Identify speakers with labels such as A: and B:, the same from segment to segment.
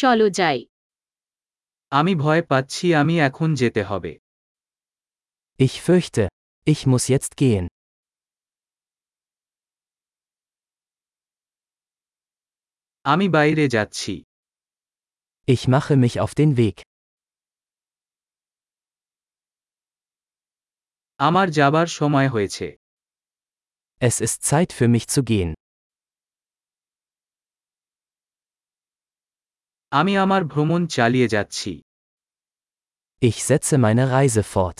A: চলো যাই
B: আমি ভয় পাচ্ছি আমি এখন যেতে হবে
C: Ich fürchte, ich muss jetzt gehen.
B: আমি বাইরে যাচ্ছি
C: Ich mache mich auf den Weg.
B: আমার যাবার সময় হয়েছে
C: Es ist Zeit für mich zu gehen.
B: আমি আমার ভ্রমণ চালিয়ে যাচ্ছি
C: Ich setze meine Reise fort.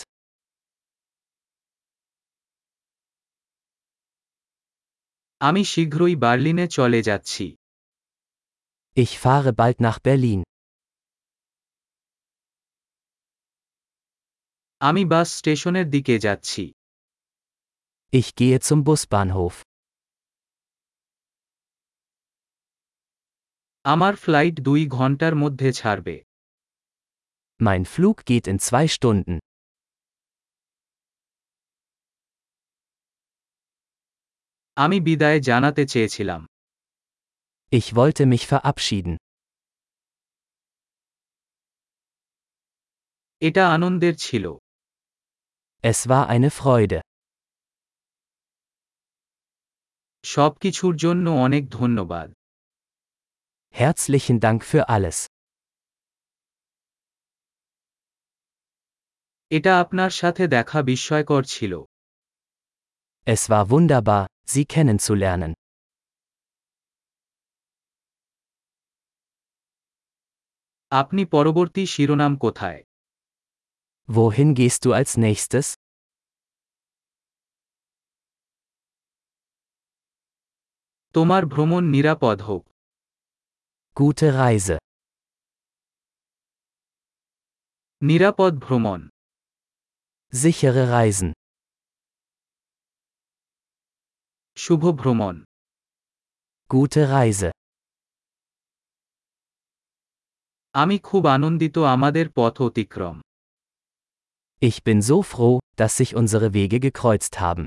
B: আমি শীঘ্রই বার্লিনে চলে যাচ্ছি
C: Ich fahre bald nach Berlin.
B: আমি বাস স্টেশনের দিকে যাচ্ছি
C: Ich gehe zum Busbahnhof.
B: আমার ফ্লাইট দুই ঘন্টার মধ্যে ছাড়বে
C: Mein Flug geht in zwei Stunden.
B: আমি বিদায় জানাতে চেয়েছিলাম
C: Ich wollte mich verabschieden.
B: এটা আনন্দের ছিল
C: Es war eine Freude.
B: সবকিছুর জন্য অনেক ধন্যবাদ
C: Herzlichen Dank für alles.
B: এটা আপনার সাথে দেখা বিস্ময়কর ছিল
C: Es war wunderbar, Sie kennenzulernen.
B: আপনি পরবর্তী শিরোনাম কোথায়
C: Wohin gehst du als nächstes?
B: তোমার ভ্রমণ নিরাপদ হোক
C: Gute Reise.
B: নিরাপদ ভ্রমণ
C: Sichere Reisen.
B: শুভ ভ্রমণ
C: Gute Reise.
B: আমি খুব আনন্দিত আমাদের পথ অতিক্রম
C: Ich bin so froh, dass sich unsere Wege gekreuzt haben.